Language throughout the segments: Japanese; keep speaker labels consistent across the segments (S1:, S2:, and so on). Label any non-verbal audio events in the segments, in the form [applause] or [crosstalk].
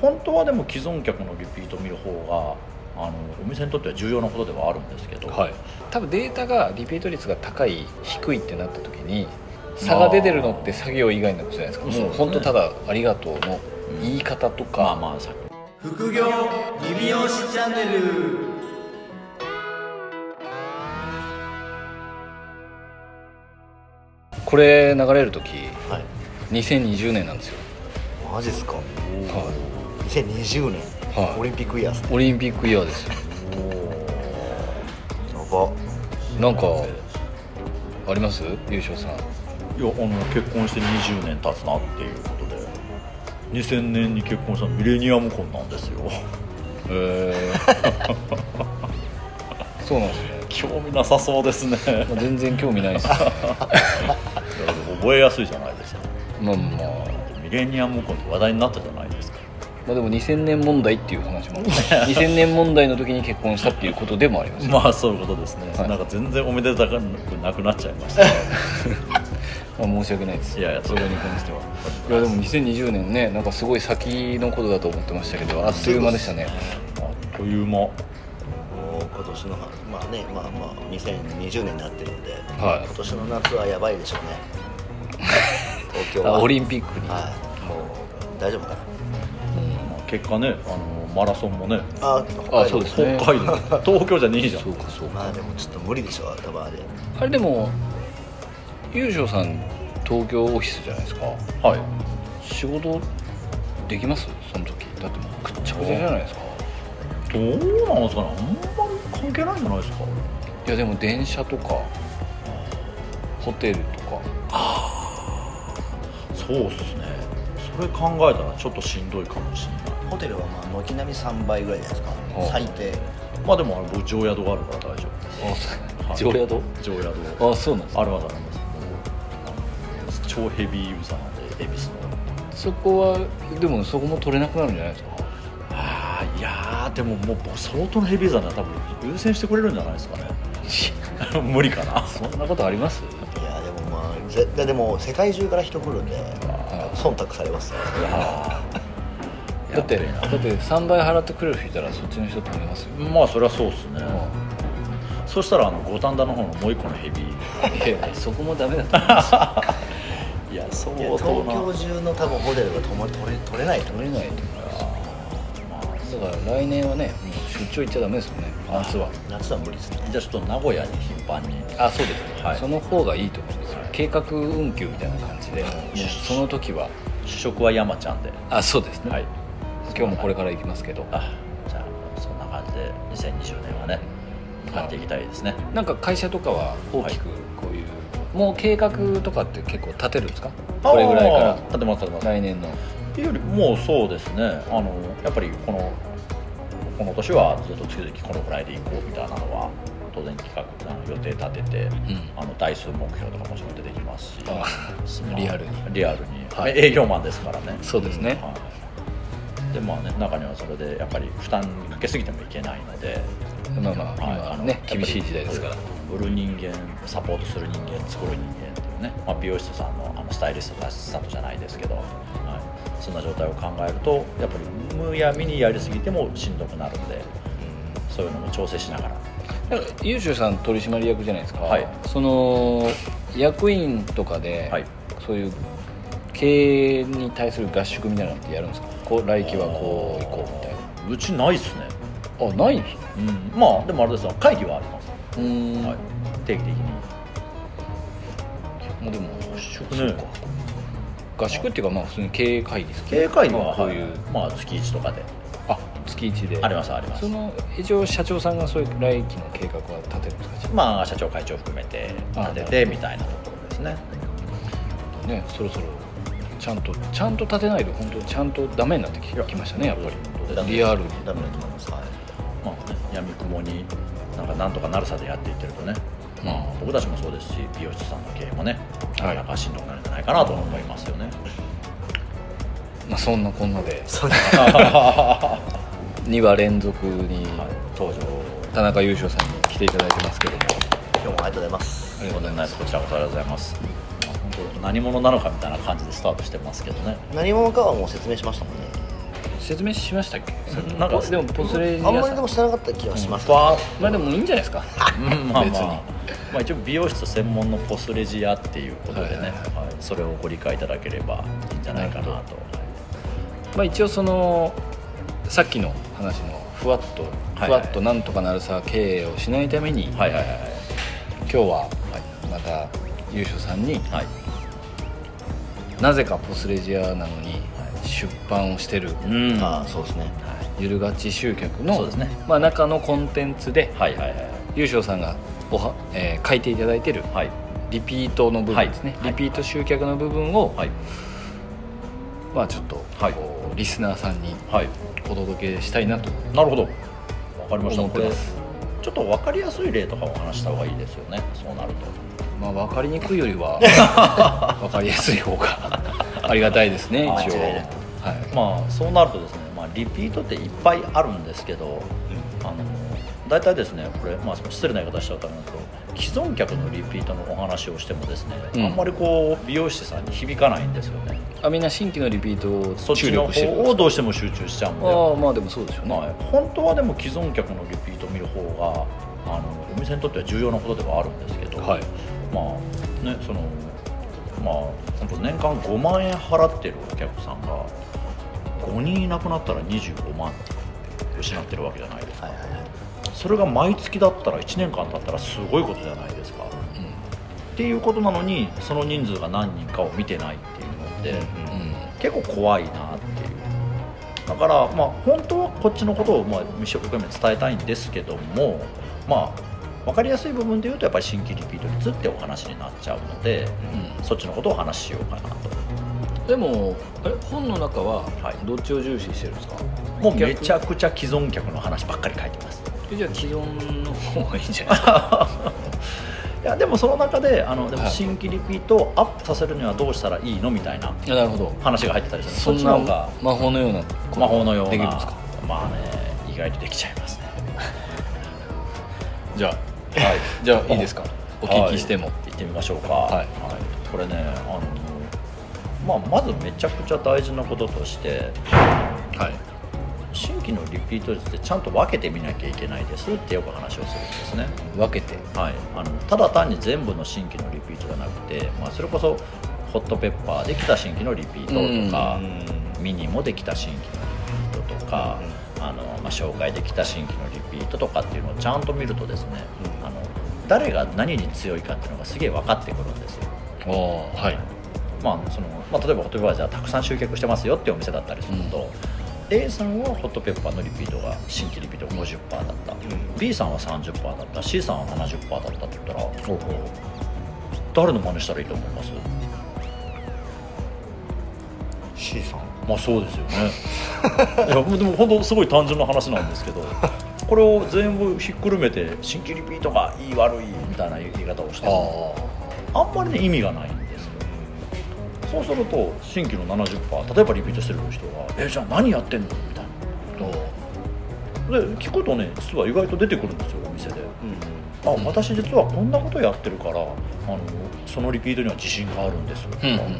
S1: 本当はでも既存客のリピートを見る方があのお店にとっては重要なことではあるんですけど、
S2: はい、多分データがリピート率が高い低いってなった時に差が出てるのって作業以外のことじゃないですか
S1: そう
S2: もう
S1: ですね
S2: 本当ただ「ありがとう」の言い方と
S1: まあ
S2: か、
S1: まあさっき
S3: 副業リビオシチャンネル
S2: これ流れる時
S4: はい
S2: 2020年なんですよ、
S4: マジっすか
S2: は
S4: 2020年、
S2: はい
S4: オリンピックイヤーっすね
S2: い、オリンピックイヤーですよ
S4: やば
S2: なんかあります優勝さん
S1: いやあの結婚して20年経つなっていうことで2000年に結婚したのミレニアム婚なんですよ [laughs]
S2: えー [laughs] そうなんですね
S1: 興味なさそうです
S2: [laughs]
S1: ね
S2: まあ全然興味ないですね
S1: 覚えやすいじゃないですか
S2: まあまあ
S1: ミレニアム婚って話題になったじゃないですか
S2: まあでも2000年問題っていう話も2000年問題の時に結婚したっていうことでもありますよ
S1: まあそういうことですね、
S2: はい
S1: なんか全然おめでたくなくなっちゃいましたい
S2: まあ申し訳ないです
S1: やいや
S2: それに関してはいやでも2020年ねなんかすごい先のことだと思ってましたけどあっという間でしたね
S1: あっという間
S4: もう今年のまあねまあまあ2020年になってるんで、
S2: はい
S4: 今年の夏はやばいでしょうね
S3: [laughs]
S4: 東京
S2: あ
S4: は
S2: オリンピックに
S4: はいもう大丈夫かな
S1: まあ結果ねあのマラソンもね
S4: あ
S2: あそうです
S1: 北
S2: ね
S1: 海道
S2: [laughs]
S1: 東京じゃねえじゃん
S2: そうかそうか
S4: まあでもちょっと無理でしょう頭で
S2: あれでも優勝さん東京オフィスじゃないですか
S1: はい
S2: 仕事できますその時だってもうくっちゃくちゃじゃないですか
S1: どうなんですかねあんまり関係ないんじゃないですか
S2: いやでも電車とかホテルとか
S1: そうっすねそれ考えたらちょっとしんどいかもしれない
S4: ホテルはまあ軒並み3倍ぐらいじゃないですか
S2: お
S4: 最低
S1: まあでもあれ僕常宿があるから大丈
S2: あそう
S1: 夫
S2: 常宿
S1: 常宿
S2: あそうなんですか
S1: あるわけあります超ヘビーユーザーなんで恵比寿の
S2: そこはでもそこも取れなくなるんじゃないですか
S1: ああいやーでももう僕相当のヘビーユーザーなら多分優先してくれるんじゃないですかね [laughs] 無理かな
S2: そんなことあります
S4: いやでもまあ絶対でも世界中から人来るんで忖度されますよ
S2: だって
S1: やべえ
S2: だ
S1: な
S2: って3倍払ってくれる人いたらそっちの人取れますよ、
S1: まあそれはそうっすね、
S2: う
S1: そしたらあの五反田の方のもう一個のヘビー
S2: ん、いやそこもダメだと [laughs] 思います
S1: いや相
S4: いや東京中の多分ホテルが泊まり取れ取れないと思
S2: 取
S4: い
S2: れ
S4: ます
S2: ないと思うだから来年はねもう出張行っちゃダメですもんね夏は
S4: 夏は無理ですね
S1: じゃあちょっと名古屋に頻繁に
S2: あそうですね、
S1: はい
S2: その方がいいと思いますよ計画運休みたいな感じで、もうその時は
S1: 主食は山ちゃんで
S2: あそうですね、
S1: はい
S2: 今日もこれから行きますけど
S1: あじゃあそんな感じで2020年はね
S2: はい
S1: やっていきたいですね
S2: なんか会社とかは大きくこういう、もう計画とかって結構立てるんですかこれぐらい
S1: あ
S2: か
S1: ー立てます立て
S2: ら
S1: ます
S2: 来年の
S1: っていうよりもうそうですねあのやっぱりこのこの年はずっと月々このぐらいでいこうみたいなのは当然企画あの予定立てて、あの台数目標とかもちろん出てきますし
S2: あ
S1: [laughs] まあ
S2: リアルに
S1: リアルに、
S2: はい
S1: 営業マンですからね
S2: そうですね
S1: はい、でまあね中にはそれでやっぱり負担かけすぎてもいけないので
S2: まあまあ
S1: はい
S2: 今
S1: あ
S2: は
S1: の
S2: ね厳しい時代ですから
S1: 売る人間サポートする人間作る人間っていうね、まあ、美容師さんのあのスタイリストのアシスタントじゃないですけど、はい、そんな状態を考えるとやっぱりむやみにやりすぎてもしんどくなるんでそういうのも調整しながら
S2: だから優秀さん取締役じゃないですか、
S1: はい
S2: その役員とかで、
S1: はい
S2: そういう経営に対する合宿みたいなのってやるんですかこう来期はこう行こうみたいな
S1: うちないっすね、
S2: あないんですね
S1: うん、まあでもあれですよ会議はあります、
S2: うーん、
S1: はい、定期的に
S2: もうでも合宿
S1: ね
S2: そうか合宿っていうかまあ普通に経営会議ですか
S1: 経営会議は、
S2: まあこうい
S1: は
S2: う
S1: いまあ、月1とかで
S2: あ月1で
S1: ありますあります
S2: その一応社長さんがそういう来期の計画は立てるんですかじゃ
S1: まあ社長会長含めて
S2: あ
S1: 立ててみたいなところですね
S2: あねそろそろちゃんとちゃんと立てないと本当ちゃんとダメになってききましたねやっぱりリアルに
S4: ダメだと思いますはい
S1: まあね、闇雲になんかなんとかなるさでやっていってるとね、まあ、僕たちもそうですし美容室さんの経営もねな
S2: は
S1: か
S2: い
S1: なかしんどくなるんじゃないかなと思います
S2: [laughs]
S1: よね、
S2: まあそんなこんなで
S4: そんな
S2: 2話連続に
S1: はい、登場
S2: 田中優勝さんに来ていただいてますけども
S4: 今日もありがとうございます
S1: ということでナイスこちらこそありがとうございますまあ本当何者なのかみたいな感じでスタートしてますけどね
S4: 何者かはもう説明しましたもんね
S2: 説明しましたっけさっき
S1: なんか
S2: でもポスレ
S4: あ
S2: リ
S4: ん
S2: アさん
S4: まりでもしてなかった気がします、
S1: バー
S2: まあでもいいんじゃないですか
S1: うん [laughs] まあ
S2: 別
S1: まあ、
S2: に
S1: まあ、一応美容室専門のポスレジアっていうことでね、
S2: はいは
S1: は
S2: い
S1: いそれをご理解いただければいいんじゃないかな
S2: なる
S1: と
S2: まあ一応そのさっきの話のふわっと
S1: はい
S2: ふわっとなんとかなるさ経営をしないために、
S1: はいはいはい
S2: 今日はまた優勝さんに
S1: はいはい
S2: なぜかポスレジアなのに出版をしてる
S1: うん
S4: ああそうですね
S2: ゆるがち集客
S1: そう
S2: の
S1: ですね
S2: まあ中のコンテンツで
S1: はいはいはい
S2: 優勝さんがおは、えー書いていただいてる
S1: はい
S2: リピートの部分ですね、
S1: はい
S2: リピート集客の部分を、
S1: はい
S2: まあちょっとこう、
S1: はい
S2: リスナーさんに
S1: はい
S2: お届けしたいなと
S1: なるほどわかりました
S2: 思っ
S1: こ
S2: て
S1: れ
S2: ます
S1: ちょっと分かりやすい例とかを話した方がいいですよねそうなると
S2: まあ、分かりにくいより
S1: [laughs]
S2: は分かりやすい方がありがたいですね一応
S1: あ
S4: 間違いない
S2: はい、
S1: まあそうなるとですね、まあ、リピートっていっぱいあるんですけど、あの大体ですねこれ、まあ、失礼な言い方しちゃうと思うんですけど既存客のリピートのお話をしてもですね、
S2: うん
S1: あんまりこう美容師さんに響かないんですよね
S2: あみんな新規のリピート
S1: そ
S2: を
S1: っち
S2: 注
S1: の
S2: 力して
S1: 方
S2: る
S1: をどうしても集中しちゃうんで、
S2: ああまあでもそうでしょうね、
S1: まあ、本当はでも既存客のリピートを見る方があのお店にとっては重要なことではあるんですけど、
S2: はい
S1: まあねそのまあ本当年間5万円払ってるお客さんが5人いなくなったら25万失ってるわけじゃないですか、
S4: はいはいはい
S1: それが毎月だったら1年間だったらすごいことじゃないですか、っていうことなのにその人数が何人かを見てないっていうのって、
S2: う
S1: 結構怖いなっていうだからまあ本当はこっちのことをまあ一生懸命伝えたいんですけどもまあ分かりやすい部分で言うとやっぱり新規リピート率ってお話になっちゃうので、そっちのことをお話ししようかなと
S2: んでもあれ本の中は
S1: はい
S2: どっちを重視してるんですか、
S1: もうめちゃくちゃ既存客の話ばっかり書いて
S2: [laughs]
S1: ます
S2: えじゃあ既存の方がいいんじゃ [laughs] ないですか
S1: いやでもその中であのでも
S2: はい
S1: 新規リピートをアップさせるにはどうしたらいいのみたいない
S2: やなるほど
S1: 話が入ってたりする
S2: そ
S1: っ
S2: ん
S1: ち
S2: な
S1: の方が
S2: 魔法のような
S1: 魔法のような
S2: できるんですか
S1: まあね意外とできちゃいますね
S2: じゃ
S1: はい
S2: あじゃあいいですかお聞きしても、
S1: はい行ってみましょうか、
S2: はい
S1: これねあの、まあ、まずめちゃくちゃ大事なこととして
S2: はい
S1: 新規のリピート率ってちゃんと分けてみなきゃいけないですってよく話をするんですね、
S2: 分けて
S1: はい、あのただ単に全部の新規のリピートじゃなくて、まあ、それこそホットペッパーで来た新規のリピートとか、ミニもできた新規のリピートとか、あのまあ、紹介できた新規のリピートとかっていうのをちゃんと見るとですね、あの誰が何に強いかっていうのがすげえ分かってくるんですよ。
S2: ああはい
S1: まあそのまあ、例えばホットペッパーじゃあたくさん集客してますよっていうお店だったりすると、A さんはホットペッパーのリピートが新規リピートが50%だった、B さんは30%だった C さんは70%だったって言ったら
S2: ほうほう
S1: 誰の真似したらいいと思います
S4: C さん
S1: まあそうですよねいやでも本当すごい単純な話なんですけどこれを全部ひっくるめて新規リピートがいい悪いみたいな言い方をしても
S2: あ
S1: あんまりね意味がないんですよそうすると新規の70%例えばリピートしてる人が「えじゃあ何やってんの?」みたいなで聞くとね実は意外と出てくるんですよお店で「あ私実はこんなことやってるからあのそのリピートには自信があるんです」とか、
S2: うんうんうん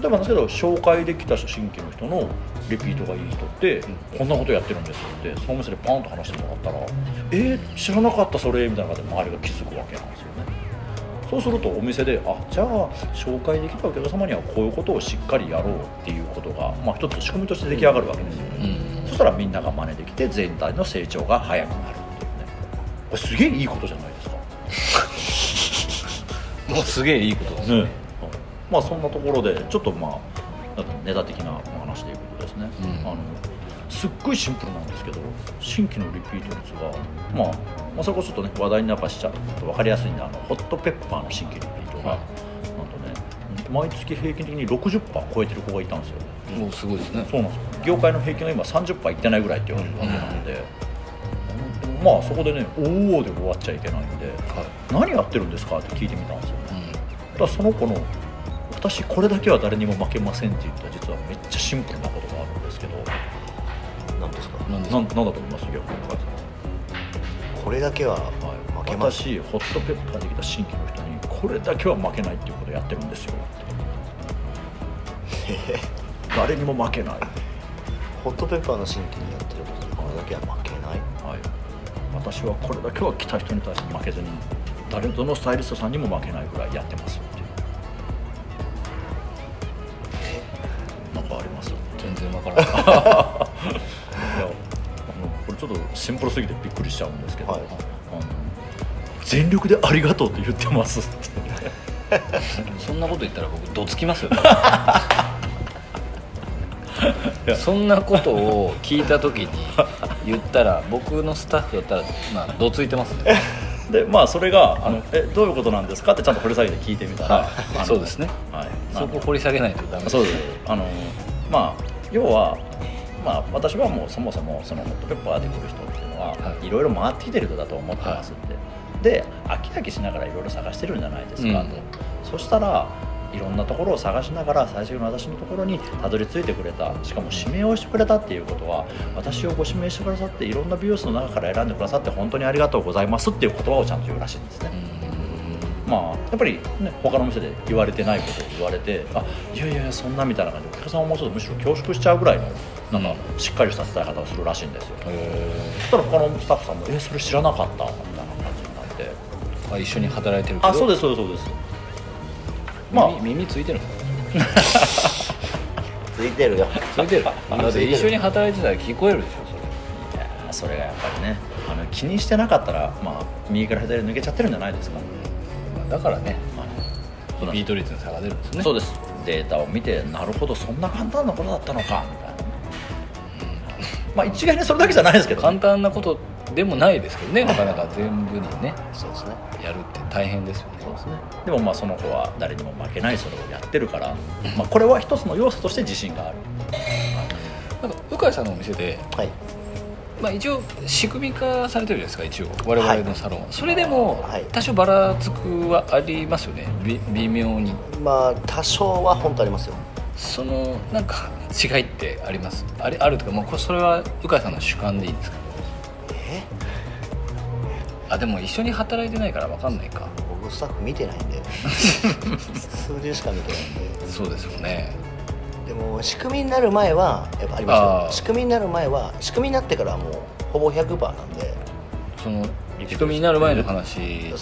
S1: 例えばなんですけど紹介できた新規の人のリピートがいい人って、こんなことやってるんですってそのお店でパンと話してもらったら「えー、知らなかったそれ」みたいな感じで周りが気づくわけなんですよねそうするとお店で「あじゃあ紹介できたお客様にはこういうことをしっかりやろう」っていうことが、まあ、一つ仕組みとして出来上がるわけですよね、
S2: うん
S1: そしたらみんなが真似できて全体の成長が早くなるっていうねこれすげえいいことじゃないですか
S2: もうすげえいいことです、
S1: ねまあそんなところでちょっとまあなんかネタ的なお話でいうことですね、
S2: うん
S1: あのすっごいシンプルなんですけど新規のリピート率が、まあ、まあそれこそちょっとね話題になんかしちゃうと分かりやすいんであのホットペッパーの新規リピートが、
S2: はい
S1: なんとね毎月平均的に60%超えてる子がいたんですよ
S2: もうすごいですね
S1: そうなんですよ業界の平均が今30%いってないぐらいって言われてるわけなので、まあそこでね「おお」で終わっちゃいけないんで
S2: はい
S1: 「何やってるんですか?」って聞いてみたんですよね
S2: う
S1: ただその子の「私これだけは誰にも負けません」って言った実はめっちゃシンプルなことがあるんですけど
S4: なんですか
S2: んなんです
S1: ななんだと思います逆に川崎
S4: これだけは
S1: さんはい
S4: 負けます
S1: 私ホットペッパーできた新規の人にこれだけは負けないっていうことやってるん
S4: [laughs]
S1: ですよって誰にも負けない
S4: ホットペッパーの新規にやってることでこれだけは負けない
S1: はい、私はこれだけは来た人に対して負けずに誰どのスタイリストさんにも負けないぐらいやってますっていうなんかありますい
S2: 全然わからない
S1: やあのこれちょっとシンプルすぎてびっくりしちゃうんですけど、
S4: はい
S1: あの全力でありがとうって言ってますって
S2: そんなこと言ったら僕どつきますよ
S1: [laughs] いや
S2: そんなことを聞いた時に言ったら僕のスタッフだったらまあどついてます
S1: [laughs]
S2: ね [laughs]
S1: でまあそれがあのえどういうことなんですかってちゃんと掘り下げて聞いてみたら、あ
S2: はい
S1: の
S2: そうですね
S1: はい、
S2: そこ掘り下げないとダメ
S1: そうですあのまあ要はまあ私はもうそもそもそのホットペッパーで来る人っていうのは、、
S2: はいい
S1: ろいろ回ってきてる人だと思ってますって、で飽き飽きしながらいろいろ探してるんじゃないですかと、
S2: うん
S1: そしたらいろんなところを探しながら最終の私のところにたどり着いてくれたしかも指名をしてくれたっていうことは私をご指名してくださっていろんな美容室の中から選んでくださって本当にありがとうございますっていう言葉をちゃんと言うらしいんですね。
S2: うん
S1: まあ、やっぱり、ね、他の店で言われてないことを言われてあいやいやいやそんなみたいな感じでお客さんはもうちょっとむしろ恐縮しちゃうぐらいのなんかしっかりした伝え方をするらしいんですよ
S2: へ
S1: そしたら他のスタッフさんも「えそれ知らなかった」みたいな感じになって
S2: ーあ一緒に働いて
S1: 「
S2: るけど
S1: あそうですそうですそうです」まあ
S2: 耳耳ついてるんですか
S4: ついてるよ
S2: ついてる
S4: 耳
S2: だっ
S4: ついて
S2: て
S4: る
S2: 一緒に働いてたら聞こえるでしょそれ
S1: いやーそれがやっぱりねあの気にしてなかったら、まあ、右から左に抜けちゃってるんじゃないですか、
S2: まあだからね
S1: まあ
S2: リピート率の差が出るんですね
S1: そうですデータを見てなるほどそんな簡単なことだったのかみたいな、まあ一概にそれだけじゃないですけどね、
S2: 簡単なことでもないですけどねなかなか全部にね
S4: そうですね
S2: やるって大変ですよね
S1: そうですねでもまあその子は誰にも負けないそれをやってるから、まあ、これは一つの要素として自信がある
S2: なんか鵜飼さんのお店で、
S4: はい
S2: まあ、一応仕組み化されてるじゃないですか一応我々のサロンは、それでも
S4: はい
S2: 多少ばらつくはありますよねび微妙に
S4: まあ多少は本当ありますよ
S2: そのなんか違いってありますあれあるとかもうこれそれは鵜飼さんの主観でいいんですか
S4: え
S2: あでも一緒に働いてないから分かんないか
S4: 僕スタッフ見てないん [laughs] で数字しか見てないんで
S2: そうですよね
S4: でも仕組みになる前はやっぱありました
S2: あー
S4: よ仕組みになる前は仕組みになってからはもうほぼ100%なんで
S2: その仕組みになる前の話じゃあいいで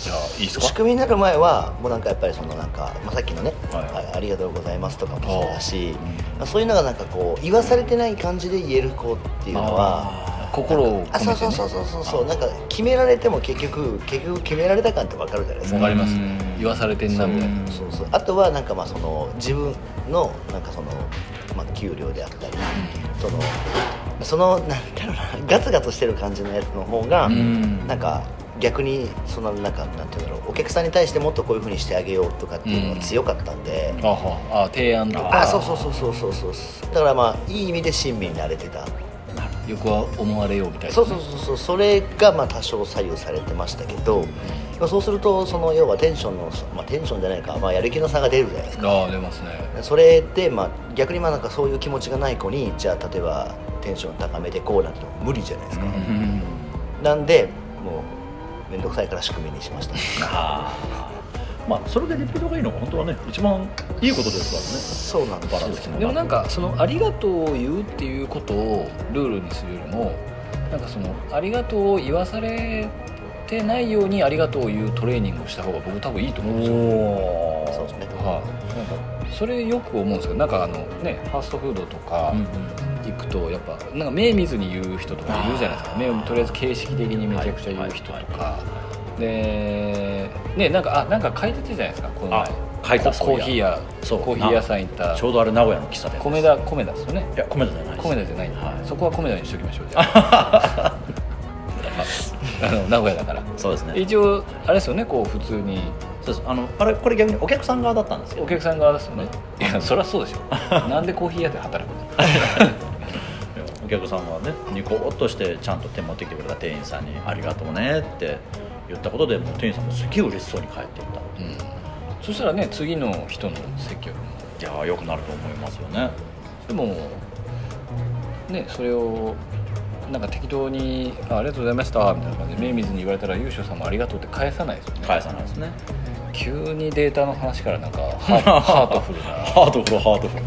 S2: す
S4: 仕
S2: か
S4: 組みになる前はもうなんかやっぱりそのなんか、まあ、さっきのね、
S1: はい
S4: あありがとうございます」とかもそうだし、まあ、そういうのがなんかこう言わされてない感じで言える子っていうのは
S2: 心を込めて、ね、
S4: あそうそうそうそうそうそうなんか決められても結局結局決められた感ってわかるじゃないです
S2: わ
S4: か
S2: かりますね言わされてんなみたいな
S4: そうそうあとはなんかまあその自分のなんかその、まあ、給料であったりそのそのなんだろうなガツガツしてる感じのやつの方が
S2: ん
S4: なんか逆にそのなんかなんていうんだろうお客さんに対してもっとこういう風にしてあげようとかっていうのが強かったんで、
S2: あはあ提案とか
S4: あそうそうそうそうそうそうだからまあいい意味で親身になれてた
S2: よくは思われようみたいな
S4: そうそうそうそうそれがまあ多少左右されてましたけど、まあ、そうするとその要はテンションの、まあ、テンションじゃないか、まあ、やる気の差が出るじゃないですか
S2: ああ出ますね
S4: それで、まあ、逆にまあなんかそういう気持ちがない子にじゃあ例えばテンション高めてこうなんてのも無理じゃないですか、
S2: うん
S4: なんでもう面倒くさいから仕組みにしました
S1: あーまあそれでリピートがいいのが本当はね一番いいことです
S4: そうなん
S1: からねバ
S4: だ
S1: ランス
S2: でもなんかその「ありがとう」を言うっていうことをルールにするよりもなんかその「ありがとう」を言わされてないように「ありがとう」を言うトレーニングをした方が僕多分いいと思うんですよ
S1: お
S4: そうですね
S2: はい、なんかそれよく思うんですけどなんかあのねファーストフードとか行くとやっぱなんか目見ずに言う人とかいるじゃないですか目をとりあえず形式的にめちゃくちゃ言う人とか、
S1: はい
S2: でねなんかあなんか書いてたじゃないですかこの前
S1: あ書いた
S2: コーヒー屋
S1: そう
S2: コーヒー屋さん行った
S1: ちょうどあれ名古屋の喫茶店です
S2: 米田米田ですよね
S1: いや米田じゃないです
S2: 米田じゃないんだ、
S1: はい
S2: そこは米田にしときましょうじゃあ
S1: [laughs]
S2: [laughs] あの名古屋だから
S1: そうですね
S2: 一応あれですよねこう普通に
S1: そうですあのあれこれ逆にお客さん側だったんですけど
S2: お客さん側ですよねいやそりゃそうでしょなんでコーヒー屋で働くの
S1: お客さんがねニコッとしてちゃんと手持ってきてくれた店員さんに「ありがとうね」って言ったことでもう店員さんもすげえ嬉しそうに帰っていった
S2: うんそしたらね次の人の接客も
S1: いやーよくなると思いますよね
S2: でもねそれをなんか適当に「あありがとうございました」みたいな感じで目見ずに言われたら勇者さんも「ありがとう」って返さないですよね
S1: 返さないですね
S2: 急にデータの話からなんかハーハートフルな
S1: ハートフルハートフル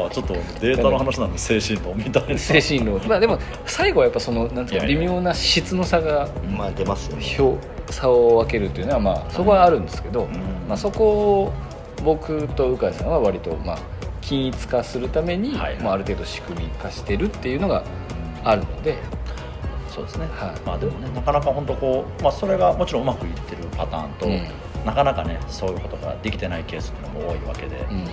S1: まあちょっとデータの話なんで精神論みたいな
S2: 精神論まあでも最後はやっぱそのなんていうか
S1: いやい
S2: 微
S1: や
S2: 妙な質の差が
S4: まあ出ますよね
S2: 表差を分けるというのはまあそこはあるんですけど、
S1: ん
S2: まあ、そこを僕と鵜飼さんは割とまあ均一化するために、
S1: はい
S2: まあ、ある程度仕組み化してるっていうのがあるので、
S1: そうですね、
S2: はい
S1: まあでもねなかなか本当こう、まあ、それがもちろんうまくいってるパターンと、
S2: うん
S1: なかなかねそういうことができてないケースっていうのも多いわけで、
S2: うん、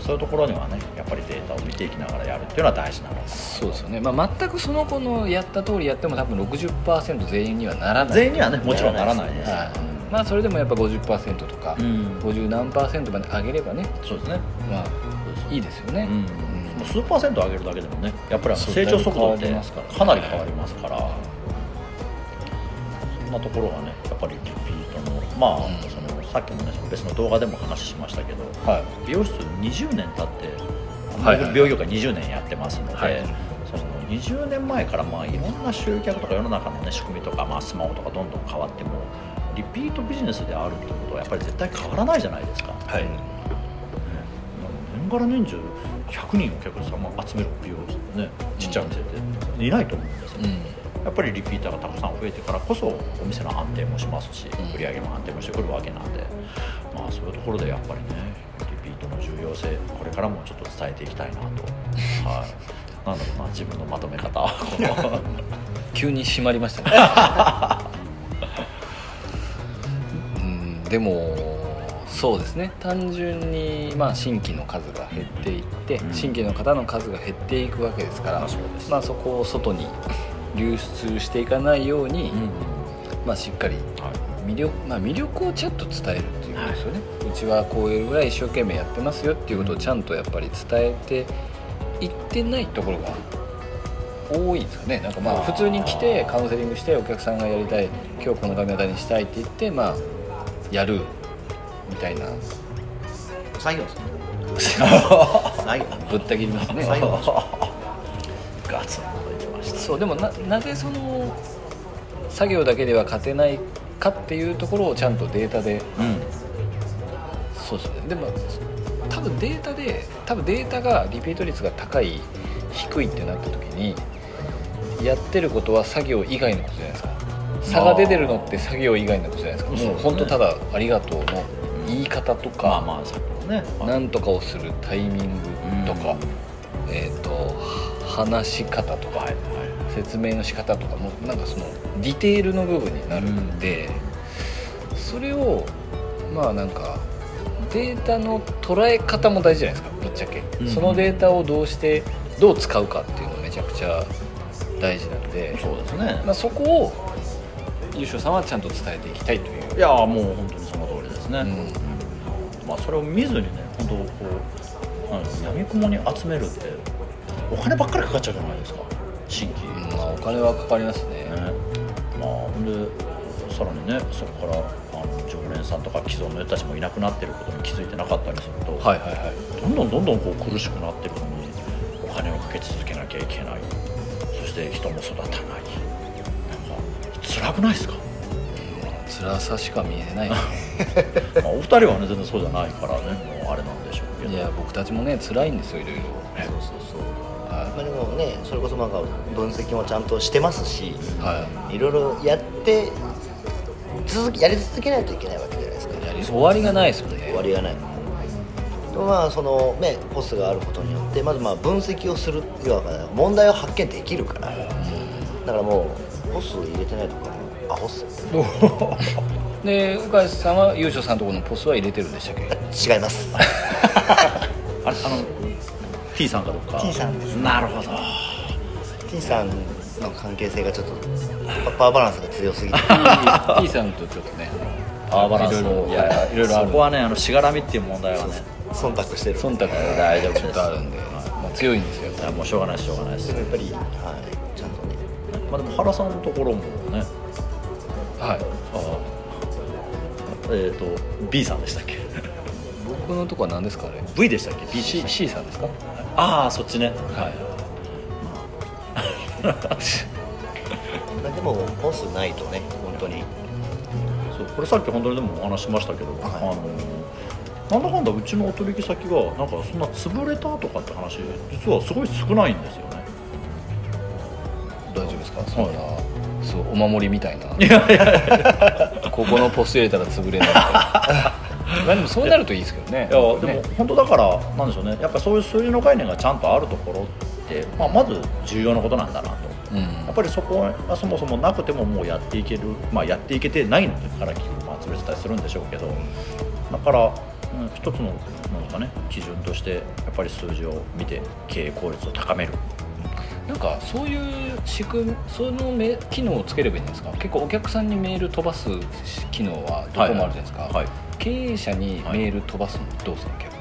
S1: そういうところにはねやっぱりデータを見ていきながらやるっていうのは大事なのかな
S2: そうですよね、まあ、全くその子のやった通りやっても多分60%全員にはならない
S1: 全員にはねもちろんならないです、
S2: はいまあ、それでもやっぱ50%とか、
S1: うん
S2: 50何パーセントまで上げればね、
S1: そうですね
S2: まあ、いいですよね、
S1: うんもう数パーセント上げるだけでもねやっぱりあの
S2: そう
S1: 成長速度っ
S2: だいぶ変わ
S1: て
S2: りますから
S1: かなり変わりますからそんなところがねやっぱりリピートのまあ、
S2: うん
S1: そのさっきもね別の動画でも話しましたけど、
S2: はい
S1: 美容室20年経って、
S2: はいはい
S1: 美容業界20年やってますので、
S2: はい
S1: その20年前からまあいろんな集客とか世の中の、ね、仕組みとか、まあ、スマホとかどんどん変わってもリピートビジネスであるってことはやっぱり絶対変わらないじゃないですか。
S2: はい
S1: 年がら年中100人お客様を集める美容室ってねちっちゃいお店っていないと思うんですよ、
S2: うん
S1: やっぱりリピーターがたくさん増えてからこそお店の安定もしますし
S2: ん
S1: 売り上げも安定もしてくるわけなんで、まあ、そういうところでやっぱりねリピートの重要性これからもちょっと伝えていきたい
S2: [laughs]
S1: なと、はい、なんだろうな自分のまとめ方 [laughs] この
S2: 急に閉まりましたねうんでもそうですね単純に、まあ、新規の数が減っていって、
S1: うん
S2: 新規の方の数が減っていくわけですから、
S1: まあそうです
S2: まあそこを外に流出していかないように、まあ、しっかり
S1: は
S2: 魅力,、まあ、魅力をちゃんと伝えるっていうことですよね、うちはこういうぐらい一生懸命やってますよっていうことをちゃんとやっぱり伝えていってないところが多いんですかねなんかまあ
S1: あー
S2: 普通に来てカウンセリングしてお客さんがやりたい今日この髪型にしたいって言ってまあやるみたいな
S4: 作業ですね作業
S2: ぶった切りますね
S4: 最後
S1: い、ガツンといきました
S2: そうでもななぜその作業だけでは勝てないかっていうところをちゃんとデータで
S1: うん
S2: そうですねでも多分データで多分データがリピート率が高い低いってなった時にやってることは作業以外のことじゃないですか差が出てるのって作業以外のことじゃないですか
S1: そうです
S2: もう
S1: ね
S2: 本当ただ「ありがとう」の言い方と
S1: まあ
S2: か
S1: まあさっきのね
S2: なんとかをするタイミングと
S1: う
S2: か
S1: ん
S2: えっと話し方とか
S1: はいは
S2: 説明の仕方とかもなんかそのディテールの部分になるんで、それをまあなんかデータの捉え方も大事じゃないですかぶっちゃけ、
S1: うん
S2: そのデータをどうしてどう使うかっていうのがめちゃくちゃ大事なんで
S1: い、そうですね
S2: まあ、そこを優勝さんはちゃんと伝えていきたいという、
S1: いやーもう本当にその通りですね、
S2: うん
S1: まあ、それを見ずにね本当こうなんですやみくもに集めるってお金ばっかりかかっちゃうじゃないですか新規、
S2: うん
S1: ね
S2: まあ、お金はかかりますね
S1: まあほんでさらにねそこからあの常連さんとか既存の人たちもいなくなってることに気づいてなかったりすると、
S2: はいはいはい
S1: どんどんどんどんこう苦しくなってるのにお金をかけ続けなきゃいけないそして人も育たないなんか辛くないですか、 [laughs]
S2: 辛さしか見え [laughs] ないです
S1: まあ、お二人はね全然そうじゃないからねもうあれなんでしょうけど
S2: ねいや僕たちもね辛いんですよいろいろ
S4: そうそうそうま
S2: は
S4: あでもねそれこそなんか分析もちゃんとしてますし
S2: い、はい
S4: ろいろやって続きやり続けないといけないわけじゃないですか
S2: い、やり終わりがないですよね [laughs]
S4: 終わりがないとまあそのねコスがあることによってまずまあ分析をする要は問題を発見できるからだからもうコス入れてないとかもアホっすよ
S2: で鵜飼さんは優勝さんのところのポスは入れてるんでしたっ [laughs] け
S4: 違います [laughs]
S1: あれあの T さんかどうか
S4: T さんです
S1: なるほど
S4: T さんの関係性がちょっとパワーバランスが強
S2: [laughs]
S4: すぎて
S2: T さんとちょっとね
S1: パワーバランス
S2: いろいろ
S1: いやいや
S2: いろいろある
S1: そこはねあのしがらみっていう問題はね
S4: 忖度してる
S2: 忖度が
S1: 大丈夫です
S2: ちょっとあるんで、まあ、強いんですよ
S1: いやもうしょうがないですしょうがないです
S4: でもやっぱり、はい、ちゃんとね
S1: まあでも原さんのところもね
S2: は
S1: あ
S2: い
S1: えっ、と B さんでしたっけ [laughs]
S2: 僕のとこは何ですかあれ
S1: V でしたっけ B
S2: C, C さんですか
S1: ああそっちね [laughs]
S2: は
S4: まあでもコスないとね本当に
S1: そうこれさっき本当にでもお話ししましたけど、
S4: はい
S1: あのなんだかんだうちのお取引先がなんかそんな潰れたとかって話実はすごい少ないんですよね
S2: 大丈夫ですかそんな、そうお守りみたいなここのポスト入れたら潰れないみたい [laughs] なまあでもそうなるといいですけどね
S1: いや
S2: なんか
S1: で
S2: ね
S1: も本当だからなんでしょうねやっぱそういう数字の概念がちゃんとあるところって、まあ、まず重要なことなんだなと
S2: うん
S1: やっぱりそこはそもそもなくてももうやっていける、まあ、やっていけてないのから結局まあ潰れてたりするんでしょうけどだから、うん、一つのなんか、ね、基準としてやっぱり数字を見て経営効率を高める
S2: なんかそういう仕組みそのめ機能をつければいいんですか結構お客さんにメール飛ばす機能はどこもあるじゃないですか、
S1: はい、
S2: 経営者にメール飛ばすのどうするの逆に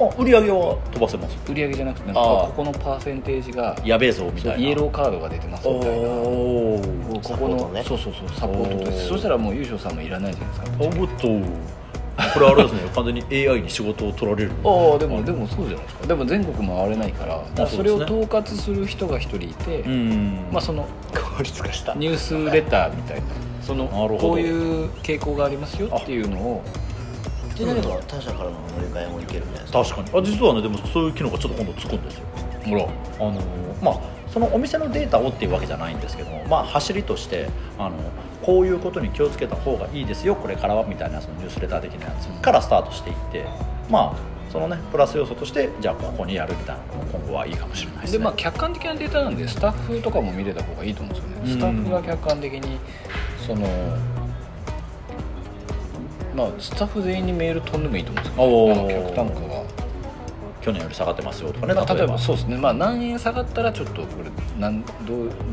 S1: あ売り上げは飛ばせます
S2: 売り上げじゃなくてなんか
S1: あー
S2: ここのパーセンテージが
S1: やべえぞみ
S2: そ
S1: た
S2: う
S1: いな
S2: イエローカードが出てますみたいな
S1: おお
S2: こ
S4: サポ
S2: こ
S4: ー
S2: の
S4: トね
S2: そうそうそうサポートと
S1: お
S2: して
S1: ー
S2: そしたらもう優勝さんもいらないじゃないですか
S1: おっとこれあれですね完全に AI に仕事を取られる
S2: ああでもでもそうじゃないですかでも全国回れないからだからそれを
S1: そうです
S2: 統括する人が一人いて、
S1: うん
S2: まあその
S4: 効率化した
S2: ニュースレターみたいなその
S1: なるほど
S2: こういう傾向がありますよっていうのを
S4: ってなれば他社からの乗り換えもいけるんじゃないですか
S1: 確かにあ実はねでもそういう機能がちょっと今度つくんですよ
S2: ほら
S1: あのまあ、そのお店のデータをっていうわけじゃないんですけども、まあ、走りとしてあのこういうことに気をつけた方がいいですよこれからはみたいなそのニュースレター的なやつからスタートしていって、まあ、そのねプラス要素としてじゃあここにやるみたいなのも今後はいいかもしれないです
S2: で
S1: ね。
S2: まあ客観的なデータなんでスタッフとかも見れた方がいいと思うんですよね、
S1: うん
S2: スタッフが客観的にそのまあスタッフ全員にメール飛んでもいいと思
S1: お
S2: うん
S1: ー
S2: ですよ、ね、あの客単価が。
S1: 去年より下がってますよとかね
S2: まあ例えばそうですね、まあ、何円下がったらちょっとこれなんどう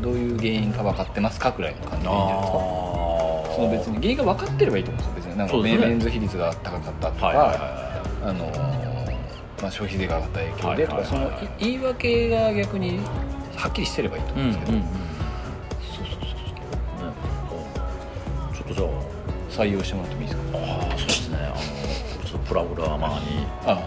S2: どういう原因か分かってますかくらいの感じでいいんじゃないです
S1: あ
S2: か
S1: ー
S2: その別に原因が分かってればいいと思うんですよ別になんか
S1: そうですね
S2: メンズ比率が高かったとか、
S1: はいはいは
S2: あのーまあ、消費税が上がった影響でとか、
S1: はいはいはいはい
S2: そのい言い訳が逆にはっきりしてればいいと
S1: い
S2: 思うんですけど、
S1: ねちょっとじゃ
S2: 採用してもらってもいいです
S1: あ
S2: か
S1: あーそうですねあのちょっとプラグラマーに
S2: あ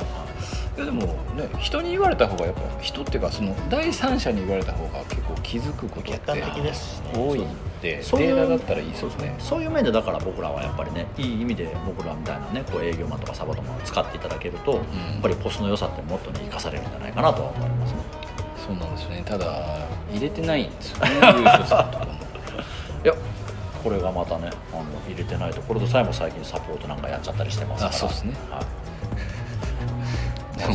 S2: いやでもね人に言われた方がやっぱ人っていうかその第三者に言われた方が結構気づくことって
S4: 客観的で
S2: [laughs]
S4: すしね
S2: 多いんでデ
S1: そういう
S2: ータだったらいいそうですね
S1: そういう面でだから僕らはやっぱりねいい意味で僕らみたいなねこう営業マンとかサバトマンを使っていただけると、やっぱりポスの良さってもっとね生かされるんじゃないかなとは思いますね
S2: そうなんですよねただ入れてないんですよ
S1: [laughs]
S2: ね優勝さんとかも
S1: いやこれがまたねあの入れてないところでさえも最近サポートなんかやっちゃったりしてますから
S2: あそうですね
S1: はい
S2: でも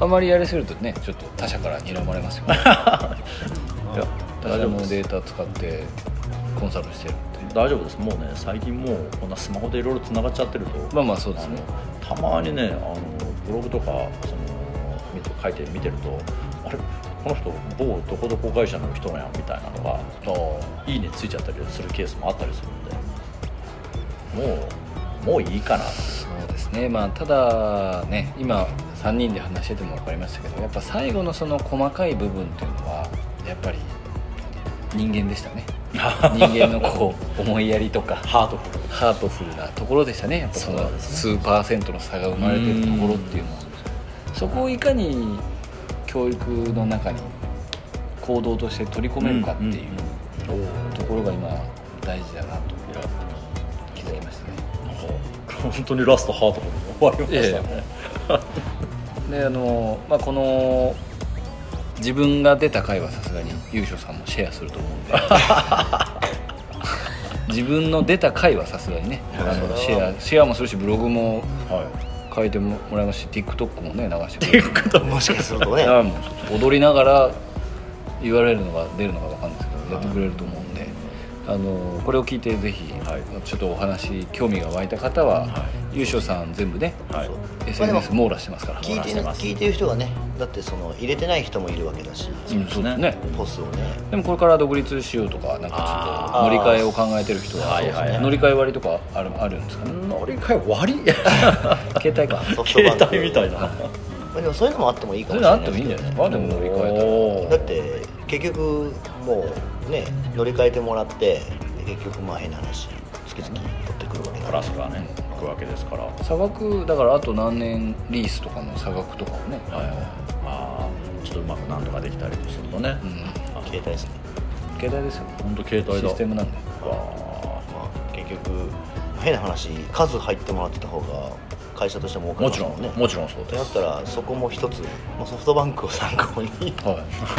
S2: あまりやりすぎるとねちょっと他社から睨まれますよ、ね、
S1: [laughs] いや
S2: 他
S1: 大
S2: 社
S1: 丈夫
S2: の
S1: です
S2: データ使ってコンサルしてるって
S1: 大丈夫ですもうね最近もうこんなスマホでいろいろつながっちゃってると、
S2: まあまあそうですね
S1: あのたまにねあのブログとかその見て書いて見てるとあれこの人某どこどこ会社の人なんやみたいなのがいいねついちゃったりするケースもあったりするんでもうもういい [laughs] かな
S2: そうですねまあただね今3人で話してても分かりましたけどやっぱ最後のその細かい部分っていうのはやっぱり人間でしたね人間のこう思いやりとか
S1: ハートフル
S2: ハートフルなところでしたねやっぱそ
S1: そう
S2: の
S1: ですね
S2: 数パーセントの差が生まれてるところっていうのはそこをいかに教育の中に行動として取り込めるかっていうところが今大事
S1: い
S2: だなと
S1: や
S2: 気づきましたね
S1: なんか本当にラストハートフルに終わりましたね
S2: であの、まあ、この自分が出た回はさすがに優勝さんもシェアすると思うんで自分の出た回はさすがにねあ
S4: それ
S2: の
S4: は
S2: シェアシェアもするしブログも
S1: は
S2: 書いてもらいますし TikTok もね流して
S1: い
S2: くれる
S4: もしかするとね
S2: [laughs] いやもうちょっと踊りながら言われるのが出るのか分かんないですけどやってくれると思うんで、あのこれを聞いてぜひ、
S1: はい
S2: ちょっとお話興味が湧いた方は、
S1: は
S2: 優勝さん全部ね
S1: はい
S2: SNS 網羅してますから。
S4: 聞
S1: 漏
S4: いて
S1: らして
S4: る
S1: ます
S4: 聞いてる人がねだってその入れてない人もいるわけだし
S2: うんそうですね
S4: ポスをね
S2: でもこれから独立しようとかなんかちょっと乗り換えを考えてる人
S1: あー
S2: はそうですね
S1: はいはいはい
S2: 乗り換え割とかあるあるん
S1: [laughs]
S2: ですかね
S1: 乗り換え割り
S2: 携帯か
S4: ソフトバンク
S1: [laughs] 携帯みたいな
S4: まあでもそういうのもあってもいいか
S2: そ
S4: も
S2: ういうの
S4: しれな
S2: あ
S4: い
S2: ってもいいんじゃないですす
S4: けど
S2: かでも乗り換え
S1: お
S4: ねだって結局もうね乗り換えてもらってで結局まあ変な話月々取ってくるわけだ
S1: プ
S4: から
S1: ラスがねいくわけですから
S2: たら差額だからあと何年リースとかの差額とかをね、
S1: まあちょっとうまくなんとかできたりするとね、
S2: うん、
S4: 携帯ですね
S2: 携帯ですよ
S1: 本当携帯だ
S2: システムなんで
S1: わあ
S4: まあ結局変な話数入ってもらってた方が会社としても多か
S1: も
S4: っ
S1: ち
S4: た
S1: ろ
S4: もんね
S1: んもちろんそう
S4: って
S1: で
S4: なっ
S1: す
S4: たらそこも一つ、まあ、ソフトバンクを参考に
S1: [laughs]
S2: はい、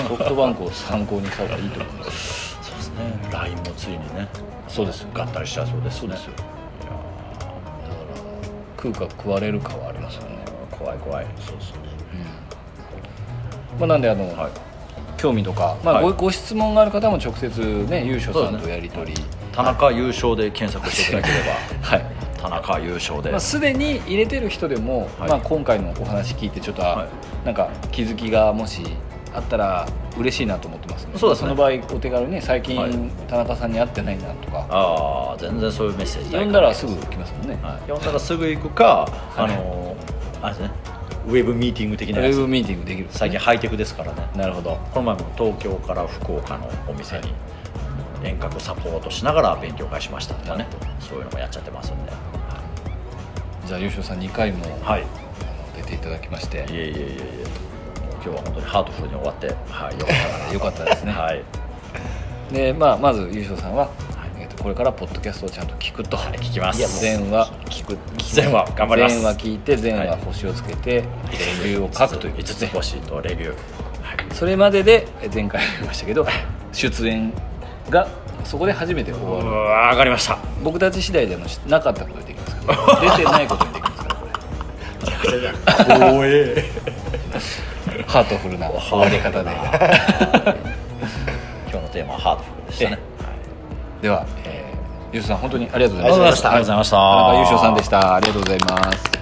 S2: ソフトバンクを参考にした方がいいと思います
S1: そうですね LINE もついにね
S2: そうですよ
S1: 合体しちゃうそうです、ね、
S2: そうですよ
S1: いや
S2: だから食うか食われるかはありますよね、
S1: ー怖い怖い
S4: そうですね
S2: まあ、なんであの、
S1: はい
S2: 興味とか、まあ
S1: はい
S2: ごご質問がある方も直接ね優勝さんとやり取り、
S1: 田中優勝で検索していただけれ
S2: はい
S1: ば田中優勝で、
S2: まあ、すでに入れてる人でも、
S1: はい
S2: まあ、今回のお話聞いてちょっと、あ
S1: はい
S2: なんか気づきがもしあったら嬉しいなと思ってますね
S1: そうですね
S2: の場合お手軽にね最近、
S1: はい
S2: 田中さんに会ってないなとか
S1: ああ全然そういうメッセージない
S2: 呼んだらすぐ来ますもんね、
S1: はい、呼んだらすぐ行くか、あのーあれですねウェブミーティング的
S2: ウ
S1: なや
S2: ェ
S1: つ
S2: ブミーティングできるんですね
S1: 最近ハイテクですからね
S2: なるほど
S1: この前も東京から福岡のお店に遠隔サポートしながら勉強会しましたとかねそういうのもやっちゃってますんで
S2: じゃあ優勝さん2回も、
S1: はいい
S2: あの出ていただきまして
S1: えいえいえいえ今日は本当にハートフルに終わってはいよかったな
S2: よかったで
S1: [laughs]
S2: すね、
S1: はい
S2: でまあ、まず優勝さんは、えー、とこれからポッドキャストをちゃんと聞くと、
S1: 聞きます
S2: いや全話
S4: 聞く
S1: 全話頑張ります
S2: 全話聞いて全
S1: は
S2: 話
S1: い
S2: 星をつけて、レビューを書くという
S1: 5つ星とレビューはい
S2: それまででえ前回も言いましたけど出演がそこで初めて終
S1: う
S2: わる
S1: わー上がりました
S2: 僕たち次第でもしなかったことにできますから
S1: [laughs]
S2: 出てないことにできますからこ
S1: おえ
S2: れハートフルな終わり方で
S1: 今日のテーマはハートフルでしたね
S2: では、えー、優勝さん本当にありがとうご
S1: あ
S2: ざいました
S1: りがとうございました
S2: 田中優勝さんでしたありがとうございます